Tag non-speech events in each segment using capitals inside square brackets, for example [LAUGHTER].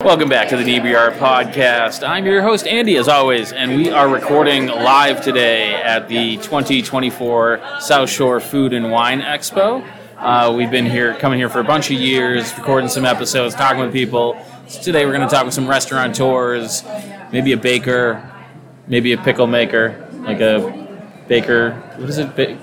Welcome back to the DBR podcast. I'm your host, Andy, as always, and we are recording live today at the 2024 South Shore Food and Wine Expo. Uh, we've been here, coming here for a bunch of years, recording some episodes, talking with people. So today we're going to talk with some restaurateurs, maybe a baker, maybe a pickle maker, like a baker. What is it? Ba-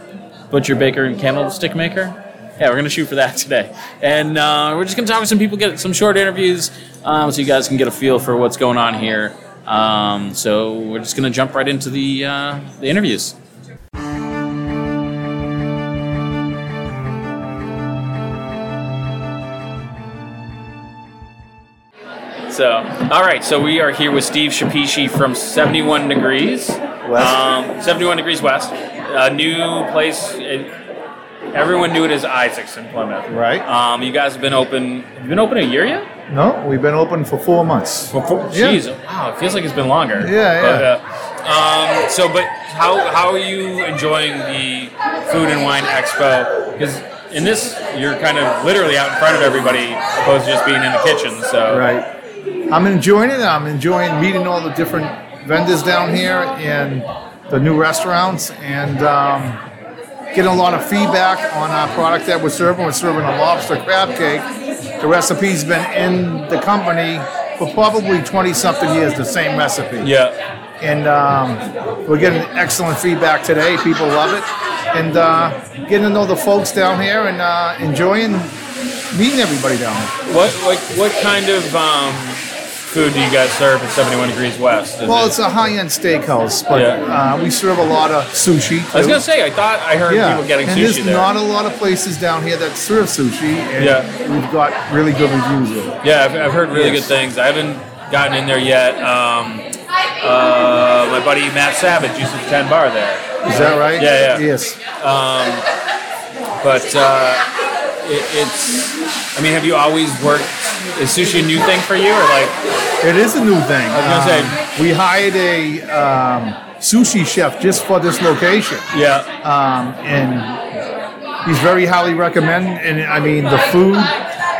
butcher, baker, and candlestick maker. Yeah, we're gonna shoot for that [LAUGHS] today, and uh, we're just gonna talk with some people, get some short interviews, um, so you guys can get a feel for what's going on here. Um, so we're just gonna jump right into the uh, the interviews. So, all right. So we are here with Steve Shapishi from Seventy One Degrees West. Um, Seventy One Degrees West, a new place. It, everyone knew it as Isaac's in Plymouth. Right. Um, you guys have been open. You've been open a year yet? No, we've been open for four months. Yeah. Jeez. Wow. It feels like it's been longer. Yeah, But, yeah. uh, um, so, but how how are you enjoying the food and wine expo? Because in this, you're kind of literally out in front of everybody, opposed to just being in the kitchen. So. Right. I'm enjoying it. I'm enjoying meeting all the different vendors down here and the new restaurants and um, getting a lot of feedback on our product that we're serving. We're serving a lobster crab cake. The recipe's been in the company for probably 20 something years, the same recipe. Yeah. and um, we're getting excellent feedback today. People love it, and uh, getting to know the folks down here and uh, enjoying meeting everybody down here. What what what kind of um, food do you guys serve at 71 degrees west? Is Well, it- it's a high-end steakhouse, but Yeah. uh, we serve a lot of sushi. I Too. was gonna say I thought I heard people getting and sushi there's there. not a lot of places down here that serve sushi, and Yeah. we've got really good reviews of it. yeah, I've, I've heard really Yes. good things. I haven't gotten in there yet. Um, uh, my buddy Matt Savage used to the 10 bar there, Is that right? Yeah, yeah. Yes. but uh, it, it's. I mean, have you always worked? Is sushi a new thing for you, or like? It is a new thing. was gonna Um, we hired a um, sushi chef just for this location. Yeah. um, and he's very highly recommend. And I mean, the food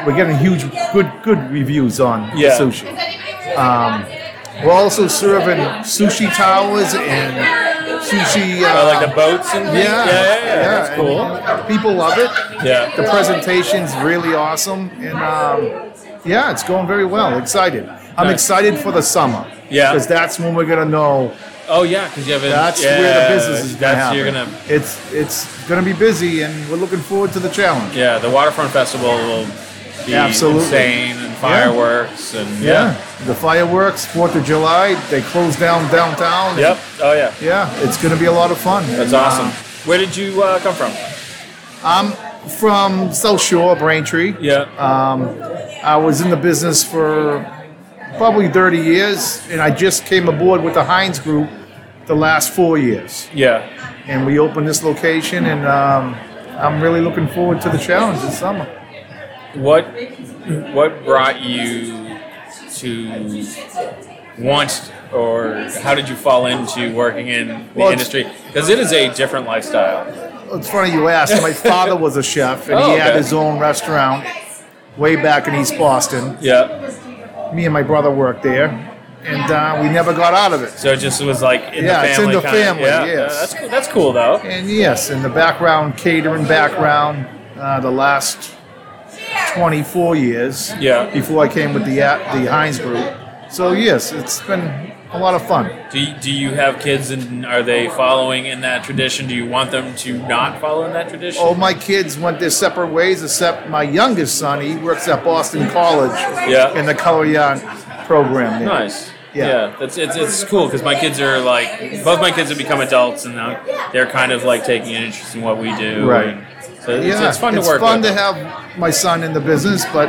we're getting huge, good, good reviews on the Yeah. sushi. Um, we're also serving sushi towers and sushi. Uh, Uh, like the boats and yeah, things? yeah, yeah, yeah, That's and cool. people love it. Yeah. the presentation's really awesome, and um, yeah, it's going very well. Excited. I'm Nice. excited for the summer. Yeah. because that's when we're gonna know oh yeah, because you have. that's where the business is going to That's happen. you're gonna. it's it's going to be busy, and we're looking forward to the challenge. Yeah, the waterfront festival will be Absolutely. insane and fireworks and yeah. the fireworks, Fourth of July, they close down downtown. and Yep. Oh yeah. yeah, it's going to be a lot of fun. That's And, uh, awesome. Where did you uh, come from? I'm from South Shore, Braintree. Yeah. I was in the business for probably 30 years, and I just came aboard with the Heinz Group the last four years, yeah. and we opened this location, and um, I'm really looking forward to the challenge this summer. What What brought you to want or how did you fall into working in the Well, it's- industry? Because it is a different lifestyle. It's funny you asked. My father was a chef, and Oh, he had okay. his own restaurant way back in East Boston. Yeah. Me and my brother worked there, and uh, we never got out of it. So it just was like in Yeah, the family. it's in the kinda- family, Yeah. yes. Uh, that's cool. That's cool though. And yes, in the background, catering background, uh, the last 24 years. Yeah. Before I came with the uh, the Heinz Group, so yes, it's been a lot of fun. Do you, do you have kids and are they following in that tradition? Do you want them to not follow in that tradition? All my kids went their separate ways, except my youngest son. He works at Boston College Yeah. in the color yarn program. There. Nice. Yeah. Yeah. that's it's it's cool because my kids are like both my kids have become adults and now they're kind of like taking an interest in what we do. Right. and So it's, it's fun to work. fun with to have my son in the business, but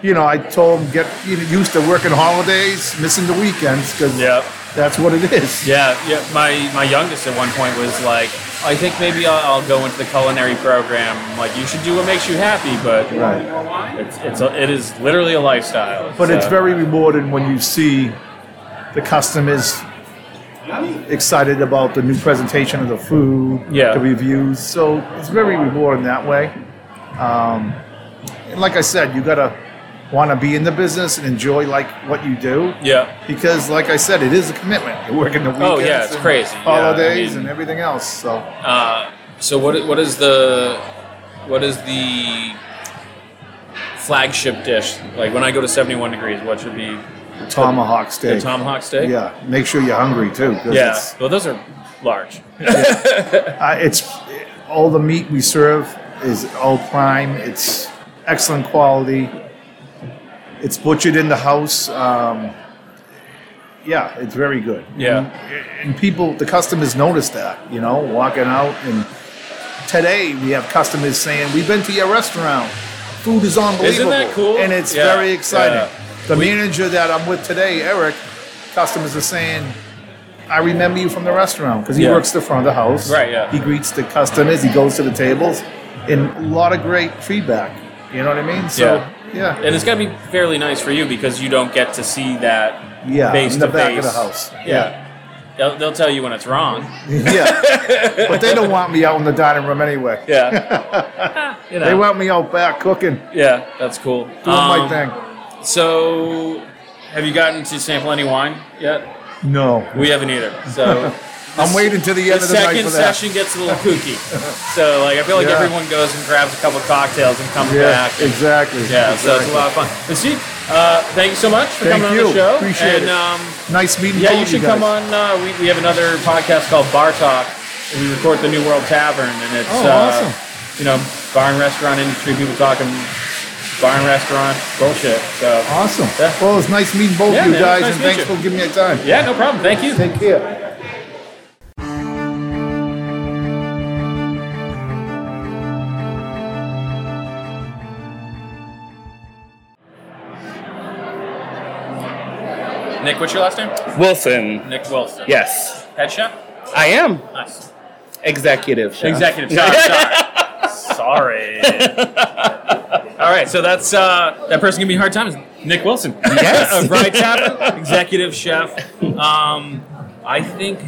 you know, I told him get you know, used to working holidays, missing the weekends because Yeah. that's what it is. Yeah, yeah. My my youngest at one point was like, I think maybe I'll, I'll go into the culinary program. I'm like you should do what makes you happy, but Right. it's it's a, it is literally a lifestyle. But it's so. very rewarding when you see the customers excited about the new presentation of the food, Yeah. the reviews. So it's very rewarding that way. Um, and like I said, you gotta want to be in the business and enjoy like what you do. Yeah. Because, like I said, it is a commitment. You're working the weekends, Oh, yeah, it's and crazy. Yeah, I holidays, mean- and everything else. So Uh, so what what is the what is the flagship dish? Like when I go to 71 degrees, what should be tomahawk steak. the tomahawk steak? Yeah, make sure you're hungry too. 'cause Yeah. It's, Well, those are large. uh, it's all the meat we serve is all prime. It's excellent quality. It's butchered in the house. Um, yeah, it's very good. Yeah. and people, the customers notice that. You know, walking out and today we have customers saying, "We've been to your restaurant. Food is unbelievable." cool? And it's Yeah, very exciting. yeah. The manager that I'm with today, Eric, customers are saying. I remember you from the restaurant because he Yeah. works the front of the house. Right, yeah. He greets the customers. He goes to the tables, and a lot of great feedback. You know what I mean? So yeah, And it's got to be fairly nice for you because you don't get to see that Yeah, face in the to back of face. the house. Yeah. They'll, they'll tell you when it's [LAUGHS] wrong. yeah. but they don't want me out in the dining room anyway. Yeah. you know. They want me out back cooking, doing yeah, that's cool. my Um, thing. So, have you gotten to sample any wine yet? No, We haven't either. [LAUGHS] So I'm waiting to the the end of the night second for that. session gets a little kooky. So like I feel like Yeah. everyone goes and grabs a couple cocktails and comes Yeah, back. and- exactly. Yeah, so it's exactly. a lot of fun. But Steve, uh, thank you so much for Thank coming on you. the show. Appreciate and, it. Um, Nice meeting yeah, both you of should guys. come on. Uh, we, we have another podcast called Bar Talk. and We record at the New World Tavern, and it's Oh, uh, awesome. you know bar and restaurant industry. People talking bar and restaurant bullshit. So Awesome. Yeah. Well, it's nice meeting both Yeah, of you man, guys, nice to and meet thanks you. for giving me your time. yeah, no problem. Thank you. Take care. Nick, what's your last name? Wilson. Nick Wilson. Yes. Head chef. I am Nice. executive. chef. [LAUGHS] Executive. Sorry. sorry. sorry. All right, so that's uh, that person giving me a hard time is Nick Wilson. [LAUGHS] [LAUGHS] Yes. of Rye Tavern, executive chef. Um, I think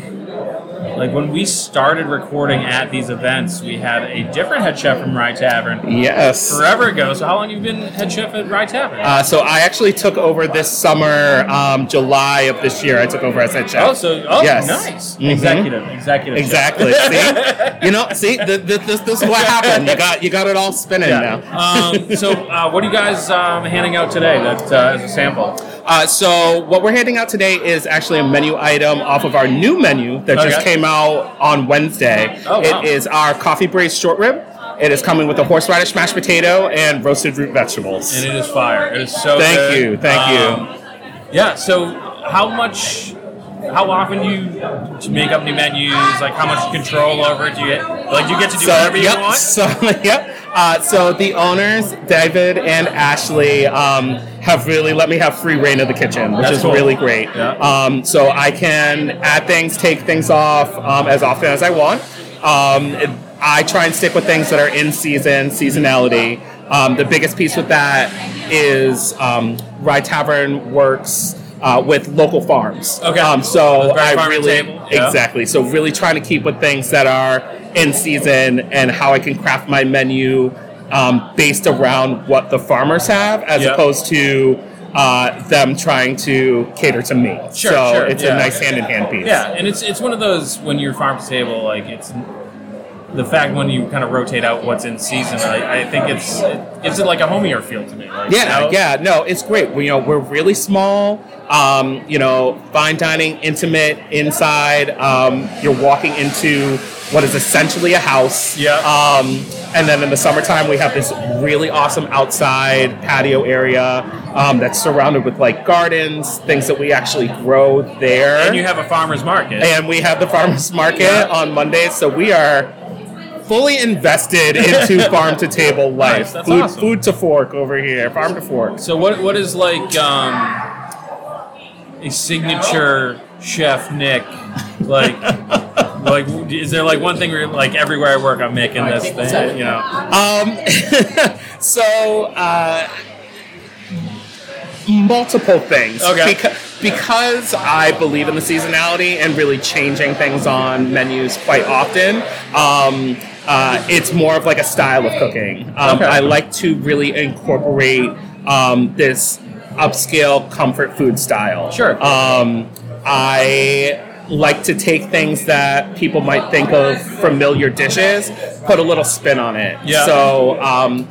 like when we started recording at these events, we had a different head chef from Rye Tavern Yes. forever ago. So how long you been head chef at Rye Tavern? Uh, so I actually took over this summer, um, July of this year. I took over as head chef. oh, so oh, yes. nice. Mhm. Executive, executive. chef. Exactly. see, you know, see, th- th- this, this is what happened. You got, you got it all spinning now. um, so, uh, what are you guys um, handing out today that uh, as a sample? Uh, so what we're handing out today is actually a menu item off of our new menu that just Okay. came out on Wednesday. Oh, wow. It is our coffee braised short rib. It is coming with a horseradish mashed potato and roasted root vegetables. And it is fire. It is so Thank good. Um, you, thank you. you. Yeah, so how much, how often do you to make up new menus? Like, how much control over it do you get? Like, you get to do whatever you yep, want? So, [LAUGHS] yep. Uh, so the owners, David and Ashley, um, have really let me have free reign of the kitchen, which That's is cool. really great. Yeah. Um, so I can add things, take things off um, as often as I want. Um, it- I try and stick with things that are in season, seasonality. Um, the biggest piece with that is um, Rye Tavern works uh, with local farms. Okay. Um, so Very I farm to really table. Yeah. exactly. Exactly. So really trying to keep with things that are in season and how I can craft my menu um, based around what the farmers have, as Yeah. opposed to uh, them trying to cater to me. Sure, so sure, it's yeah. a nice hand in hand piece. Yeah, and it's it's one of those when you're farm to table, like, it's the fact when you kind of rotate out what's in season, I, I think it's it gives it like a homier feel to me. Like, Yeah, you know? yeah, no, it's great. We, you know, we're really small. Um, you know, fine dining, intimate inside. Um, you're walking into what is essentially a house. Yeah. Um, and then in the summertime, we have this really awesome outside patio area um, that's surrounded with like gardens, things that we actually grow there. And you have a farmer's market. And we have the farmers market Yeah. on Mondays, so we are fully invested [LAUGHS] into farm to table life. Nice, that's food, awesome. food to fork over here, farm to fork. So what what is like um, a signature chef Nick like like is there like one thing where you're like everywhere I work I'm making this thing you know Um, so uh, multiple things. Okay. Beca- because I believe in the seasonality and really changing things on menus quite often. Um, uh, it's more of like a style of cooking. Um, Okay. I like to really incorporate um, this upscale comfort food style. Sure. Um, I like to take things that people might think of familiar dishes, put a little spin on it. Yeah. So, um,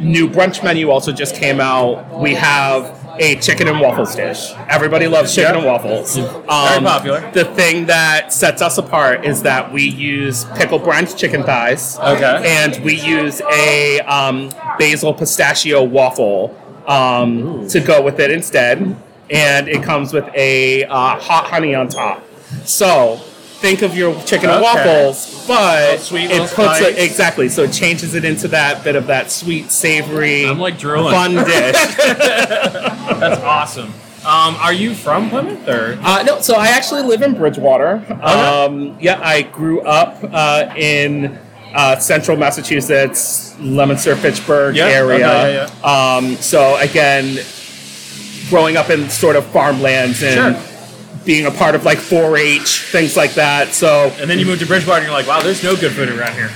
new brunch menu also just came out. We have a chicken and waffles dish. Everybody loves chicken and waffles. Um, popular. The thing that sets us apart is that we use pickle brunch chicken thighs. Okay. And we use a um, basil pistachio waffle um, to go with it instead. And it comes with a uh, hot honey on top. So think of your chicken Okay. and waffles, but sweet, it little puts spice. it exactly. So it changes it into that bit of that sweet, savory, I'm like drooling. fun [LAUGHS] dish. That's awesome. Um, are you from Plymouth or? Uh, no, so I actually live in Bridgewater. Oh, Um, yeah, I grew up uh, in uh, central Massachusetts, Leominster, Fitchburg Yeah, area. okay, yeah, Um, so again, growing up in sort of farmlands Sure. and being a part of like 4-H, things like that. So And then you moved to Bridgewater, and you're like, wow, there's no good food around here.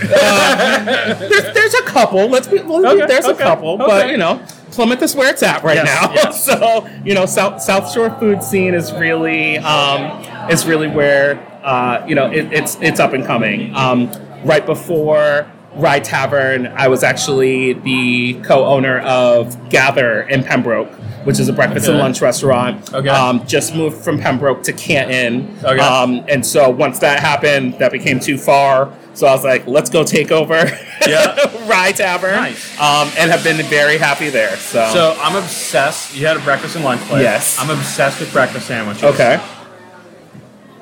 there's, there's a couple. Let's be well, Okay, there's okay, a couple, but okay. you know, Plymouth is where it's at right Yes, now. yes. [LAUGHS] So you know, South South Shore food scene is really um, is really where uh, you know it, it's it's up and coming. Um, right before Rye Tavern, I was actually the co-owner of Gather in Pembroke. Which is a breakfast and Okay. lunch restaurant. Okay. Um, just moved from Pembroke to Canton. Okay. Um, and so once that happened, that became too far. So I was like, let's go take over. [LAUGHS] Yeah. Rye Tavern. Nice. Um, and have been very happy there. So, So I'm obsessed. You had a breakfast and lunch place. Yes. I'm obsessed with breakfast sandwiches. okay.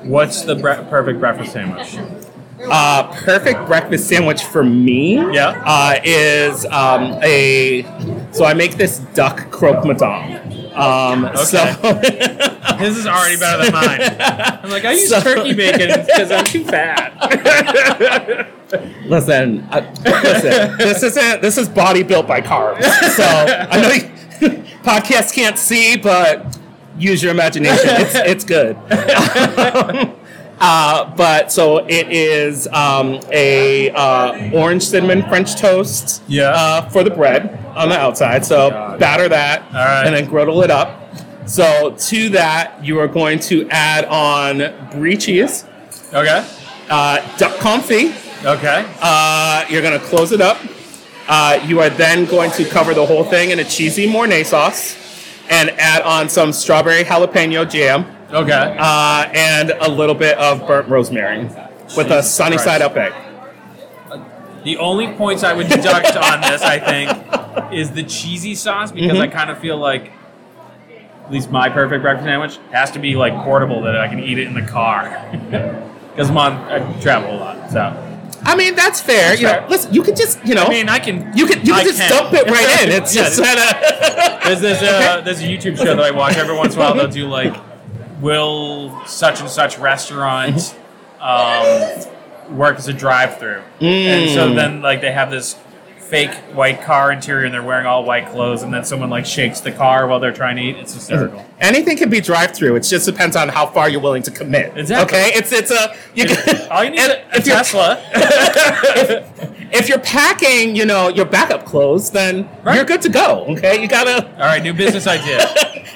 What's the bre- perfect breakfast sandwich? Uh, perfect breakfast sandwich for me Yeah. uh, is um, a. So I make this duck croque madame. Um, So His is already better than mine. [LAUGHS] I'm like, I use So- turkey bacon because I'm too fat. listen, uh, listen. This isn't. This is body built by carbs. So I know you, [LAUGHS] podcasts can't see, but use your imagination. It's it's good. [LAUGHS] Uh, but so it is um, a uh, orange cinnamon French toast. Yeah. Uh, for the bread on the outside. So God. batter that. All right. And then griddle it up. So to that you are going to add on brie cheese, Okay. uh, duck confit. Okay. Uh, you're gonna close it up. Uh, you are then going to cover the whole thing in a cheesy Mornay sauce, and add on some strawberry jalapeno jam Okay. uh, and a little bit of burnt rosemary with a Jesus sunny Christ. side up egg. The only points I would [LAUGHS] deduct on this, I think, is the cheesy sauce because Mm-hmm. I kind of feel like, at least my perfect breakfast sandwich has to be like portable that I can eat it in the car. [LAUGHS] Because mom, I travel a lot, so I mean that's fair. you fair. know, listen, you could just you know I mean I can. you could you I could just can. dump it [LAUGHS] right in. It's Yeah, just that. There's this uh, there's a YouTube show that I watch every once in a while. They'll do like, will such and such restaurant Mm-hmm. um, work as a drive-through? And Mm. so then like they have this fake white car interior, and they're wearing all white clothes, and then someone like shakes the car while they're trying to eat. It's hysterical. Anything can be drive through. It just depends on how far you're willing to commit. Exactly. Okay. It's it's a you can, All you need is Mm-hmm. and a, a if you're- Tesla. [LAUGHS] if you're packing, you know, your backup clothes, then Right. you're good to go. Okay, you gotta. [LAUGHS] All right, new business idea: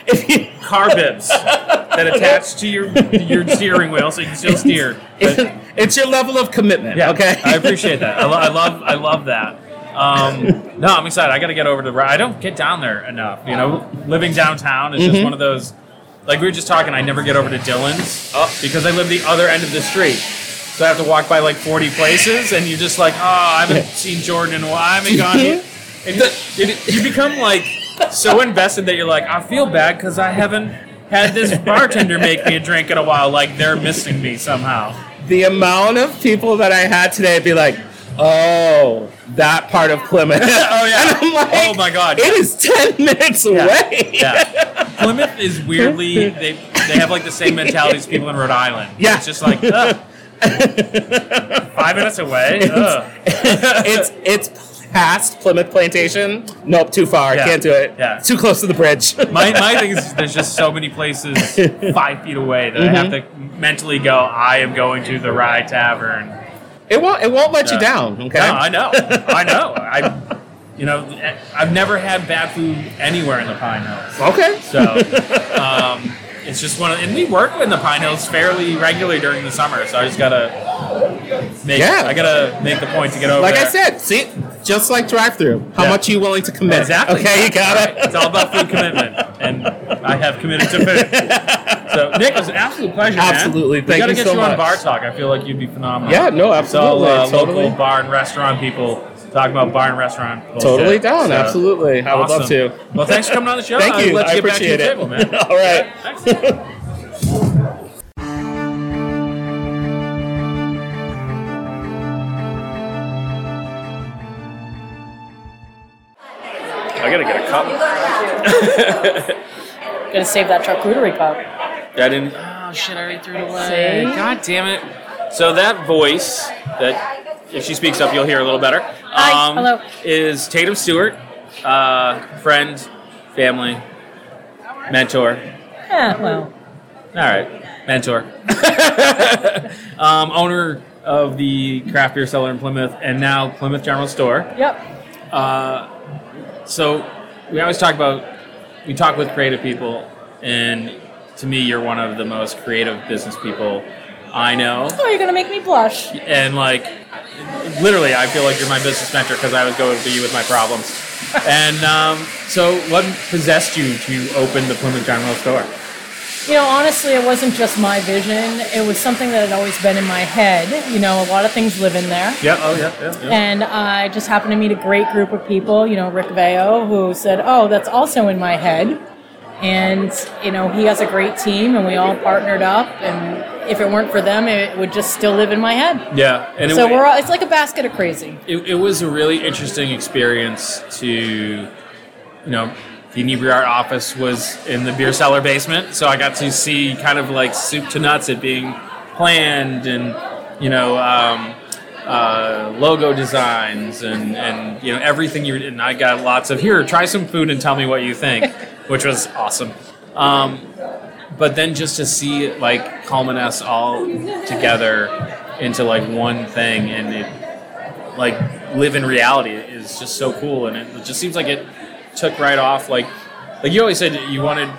If you, car bibs that attach to your your steering wheel so you can still steer. it- it's your level of commitment. Yeah. Okay. [LAUGHS] I appreciate that. I, lo- I love. I love that. Um, no, I'm excited. I got to get over to. the I don't get down there enough. You know, living downtown is just one of those. Like we were just talking, I never get over to Dylan's because I live the other end of the street. So I have to walk by like 40 places, and you're just like, oh, I haven't seen Jordan in a while. I haven't gone here. And you, you- you become like so invested that you're like, I feel bad because I haven't had this bartender make me a drink in a while. Like they're missing me somehow. [LAUGHS] the amount of people that I had today be like, "Oh, that part of Plymouth." [LAUGHS] Oh yeah. [LAUGHS] And I'm like, oh my god. It is ten [LAUGHS] minutes away. Yeah. Plymouth is weirdly they they have like the same mentality as people in Rhode Island. Yeah. It's just like ugh. five minutes away. Ugh. [LAUGHS] it's it's past Plymouth Plantation. Nope, too far. Yeah. Can't do it. Yeah. Too close to the bridge. My my thing is there's just so many places five feet away that I have to mentally go. I am going to the Rye Tavern. [LAUGHS] it won't. It won't let Yeah. you down. Okay. No, I know. I know. I You know, I've never had bad food anywhere in the Pine Hills. Okay. So um, it's just one of, and we work in the Pine Hills fairly regularly during the summer. So I just gotta make, Yeah. I gotta make the point to get over. Like I there. said, see, just like drive-through, how Yeah. much you willing to commit? Exactly. Okay, you got it. It's all about food commitment, and I have committed to food. So, Nick, it was an absolute pleasure. man. Absolutely. we Thank gotta you get so you on much. Bar Talk. I feel like you'd be phenomenal. Yeah, no, It's all, absolutely, uh, totally. local bar and restaurant people talking about bar and restaurant. bullshit. [LAUGHS] Totally down, So, absolutely. I would love awesome. to. Well, thanks for coming on the show. Thank I'll you. Let I you get back to appreciate your it. table, man. [LAUGHS] [LAUGHS] all right. Thanks. I gotta get a cup. Gonna save that charcuterie cup. I didn't. Oh shit! I already threw it away. See? God damn it! So that voice that, if she speaks up, you'll hear a little better. Um, Hi, hello. Is Tatum Stewart, uh, friend, family, mentor. Yeah, well, All right, mentor. [LAUGHS] um, owner of the craft beer cellar in Plymouth, and now Plymouth General Store. yep. So we always talk about we talk with creative people, and to me, you're one of the most creative business people I know. Oh, you're gonna make me blush. And like, literally, I feel like you're my business mentor because I always go to you with my [LAUGHS] problems. and um, so, what possessed you to open the Plymouth General Store? You know, honestly, it wasn't just my vision. It was something that had always been in my head. You know, a lot of things live in there. Yeah. Oh, yeah. Yeah. And I just happened to meet a great group of people, you know, Rick Veo, who said, Oh, that's also in my head. And, you know, he has a great team, and we all partnered up. And if it weren't for them, it would just still live in my head. Yeah. And So it, we're all, it's like a basket of crazy. it, it was a really interesting experience to, you know, the Inebriar office was in the beer cellar basement, so I got to see kind of like soup to nuts it being planned and, you know, um, uh, logo designs and, and you know everything you and I got lots of here try some food and tell me what you think, which was awesome. Um, but then just to see it like culminate all together into like one thing and it like live in reality is just so cool and it just seems like it took right off like like you always said you wanted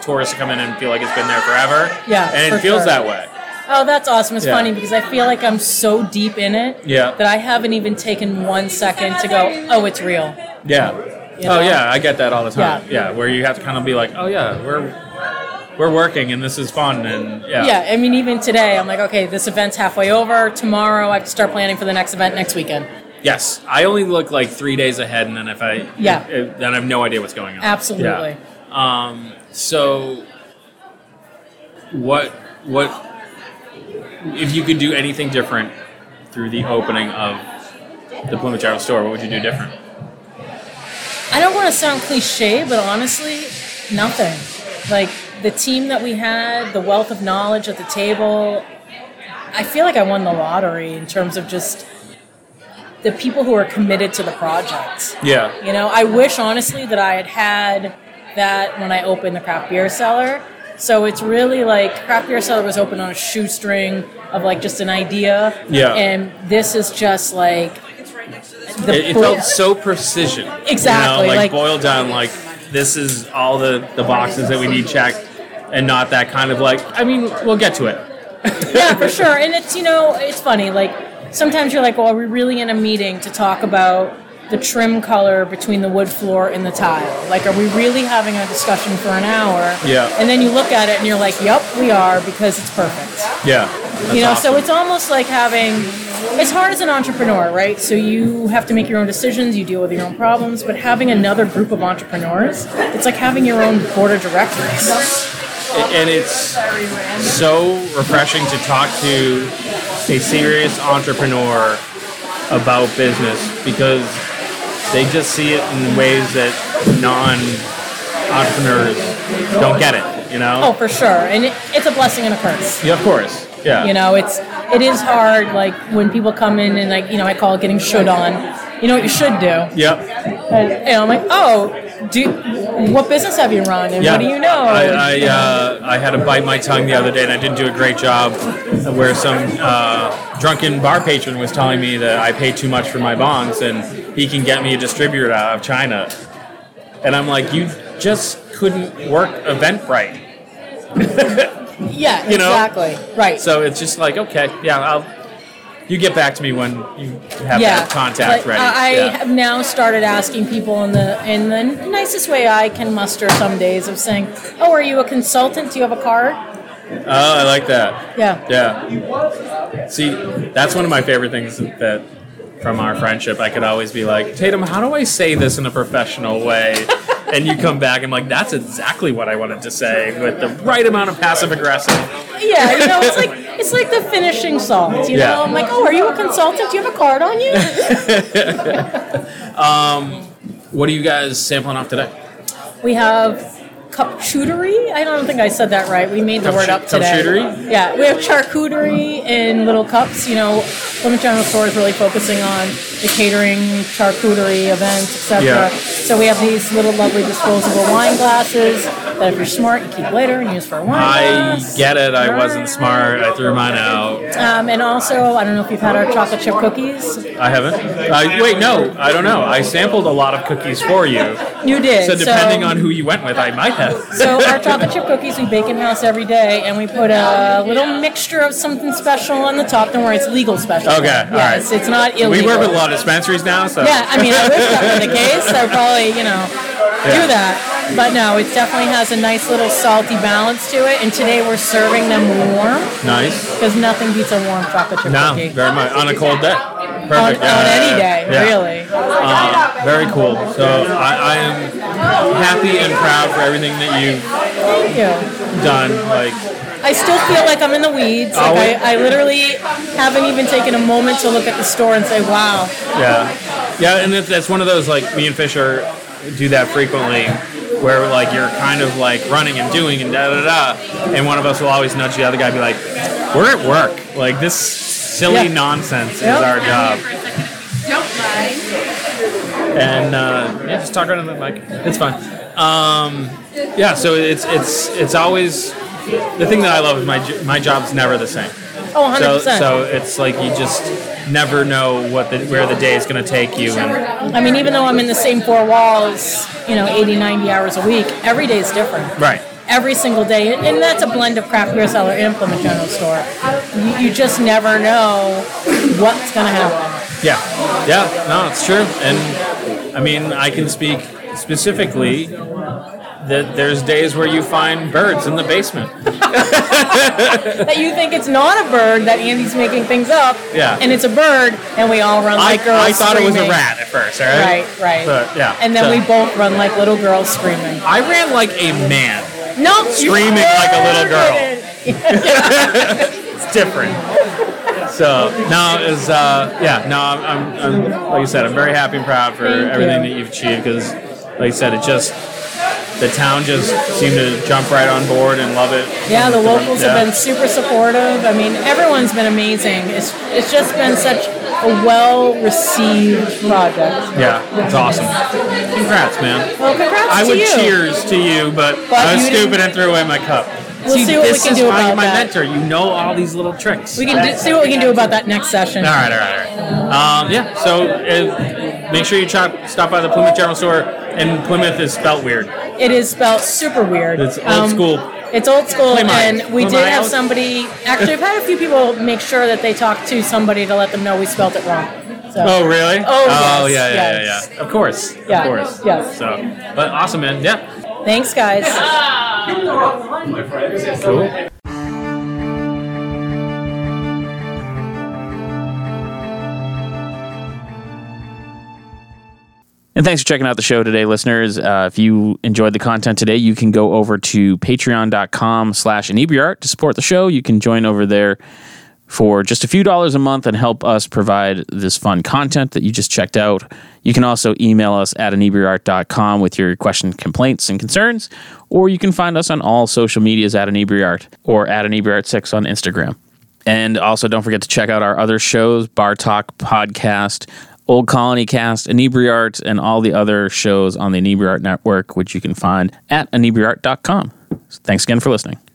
tourists to come in and feel like it's been there forever Yeah, and it for feels sure. that way Oh, that's awesome. It's Yeah. funny because I feel like I'm so deep in it Yeah. that I haven't even taken one second to go, Oh, it's real. yeah You oh know? yeah i get that all the time yeah. Yeah. where you have to kind of be like oh yeah we're we're working and this is fun and yeah Yeah, I mean, even today, I'm like, okay, this event's halfway over. Tomorrow, I have to start planning for the next event next weekend. yes i only look like three days ahead and then if i Yeah. if- if- then i have no idea what's going on Absolutely. Yeah. Um, so, what what if you could do anything different through the opening of the Plymouth General Store? What would you do different? I don't want to sound cliche, but honestly, nothing. Like the team that we had, the wealth of knowledge at the table, I feel like I won the lottery in terms of just the people who are committed to the project. Yeah, You know, I wish honestly that I had had that when I opened the craft beer cellar. So it's really like craft beer cellar was open on a shoestring of like just an idea. Yeah. And this is just like the it, it bro- felt so precision. you know, Exactly, like, like- boiled down. Like this is all the the boxes that we need checked, and not that kind of like. I mean, we'll get to it. yeah, for sure. And it's you know, it's funny. Like sometimes you're like, well, are we really in a meeting to talk about the trim color between the wood floor and the tile? Like, are we really having a discussion for an hour? Yeah. And then you look at it and you're like, yep, we are because it's perfect. Yeah, you know, so it's almost like having. It's hard as an entrepreneur, right? So you have to make your own decisions, you deal with your own problems, but having another group of entrepreneurs, it's like having your own board of directors. and it's so refreshing to talk to a serious entrepreneur about business because they just see it in ways that non entrepreneurs don't get it, you Oh, know? for sure. And it, it's a blessing and a curse. Yeah, of course. Yeah. You know, it's it is hard. Like when people come in and like you know, I call it getting should on. You know what you should do. Yep. And, and I'm like, oh, do what business have you run, and Yeah. what do you know? I I, uh, I had to bite my tongue the other day, and I didn't do a great job. Where some uh, drunken bar patron was telling me that I pay too much for my bongs, and he can get me a distributor out of China. And I'm like, you just couldn't work Eventbrite. Yeah, You know? exactly. Right. So it's just like, okay, yeah, I'll. You get back to me when you have yeah. that contact Like, ready. I I Yeah. have now started asking people in the in the nicest way I can muster some days of saying, "Oh, are you a consultant? Do you have a card?" Oh, I like that. Yeah. Yeah. See, that's one of my favorite things that from our friendship, I could always be like, Tatum, how do I say this in a professional [LAUGHS] way? And you come back and like, that's exactly what I wanted to say with the right amount of passive aggressive. Yeah, you know, it's like it's like the finishing salt. You Yeah. know, I'm like, "Oh, are you a consultant? Do you have a card on you?" What are you guys sampling off today? We have capchuterie. I don't think I said that right. We made the word up Capchu- today. capchuterie? Yeah, we have charcuterie in little cups. You know, Plymouth General Store is really focusing on the catering, charcuterie events, etc. Yeah. So we have these little lovely disposable wine glasses that, if you're smart, you keep later and use for a wine I glass. get it. I wasn't smart. I threw mine out. Um, and also, I don't know if you've had our chocolate chip cookies. I haven't. I, wait, no, I don't know. I sampled a lot of cookies for you. You did. So depending on who you went with, I might have. So [LAUGHS] our chocolate chip cookies we bake in house every day, and we put a little mixture of something special on the top. Don't worry, it's legal special. Okay, yes, all right. It's not illegal. We work with a lot of dispensaries now, so Yeah, I mean, I wish that were the case. I would probably, you know, do that. But no, it definitely has a nice little salty balance to it. And today we're serving them warm nice. because nothing beats a warm chocolate chip No, cookie. very much on a cold day. Perfect. on, yeah, on yeah, any yeah, day, yeah. really. Uh, very cool. So I, I am happy and proud for everything that you've Thank you. done. Like I still feel like I'm in the weeds. Like Always. I, I literally haven't even taken a moment to look at the store and say, wow. Yeah, yeah, and it's, it's one of those like me and Fisher do that frequently, where like you're kind of like running and doing and da da da, and one of us will always nudge the other guy, be like, "We're at work. Like this silly Yeah. nonsense Yeah. is our job." Don't lie. And uh, yeah, just talk right on the mic. It's fine. Um, yeah, so it's it's it's always the thing that I love is my j- my job's never the same. Oh, 100%. So so it's like you just never know what the where the day is going to take you and. I mean, even though I'm in the same four walls, you know, 80, 90 hours a week, every day is different. Right. Every single day. And- And that's a blend of craft beer seller and Plymouth General Store. You, you just never know what's going to happen. Yeah, yeah, no, it's true. And I mean, I can speak specifically that there's days where you find birds in the basement. That you think it's not a bird, that Andy's making things up, Yeah. and it's a bird, and we all run I, like girls I thought it was a screaming. rat at first, all uh, right? Right, right. But, yeah, And then so- we both run like little girls screaming. I ran like a man. No, you Screaming like a little girl. [LAUGHS] didn't. It's different. So no, it's uh, yeah, no, I'm, I'm, I'm like you said, I'm very happy and proud for Thank everything you. that you've achieved because, like you said, it just the town just seemed to jump right on board and love it. Yeah, the locals Yeah. have been super supportive. I mean, everyone's been amazing. It's it's just been such a well received project. Yeah, it's awesome. Congrats, man. Well, congrats I to would you. cheers to you, but, But I was you didn't- stupid and threw away my cup. We'll see what we this can is do why about you're my that. mentor. You know all these little tricks. We can do, see what we can do about that next session. all right, all right, all right. Um, yeah, so uh, make sure you chop, stop by the Plymouth General Store, and Plymouth is spelt weird. It is spelled super weird. Um, It's old school. It's old school, Plymouth. and we did Plymouth. have somebody. Actually, I've had a few people make sure that they talk to somebody to let them know we spelled it wrong. So. Oh, really? Oh, oh yeah, yes, yeah, yes. yeah, yeah. Of course, Yeah, of course. yes. So, but awesome, man. Yeah. Thanks, guys. And thanks for checking out the show today, listeners. Uh, if you enjoyed the content today, you can go over to patreon.com slash inebriart to support the show. You can join over there for just a few dollars a month and help us provide this fun content that you just checked out. You can also email us at inebriart.com with your questions, complaints, and concerns, or you can find us on all social medias at inebriart or at inebriart6 on Instagram. And also, don't forget to check out our other shows Bar Talk Podcast, Old Colony Cast, Inebriart, and all the other shows on the Inebriart Network, which you can find at inebriart.com. So thanks again for listening.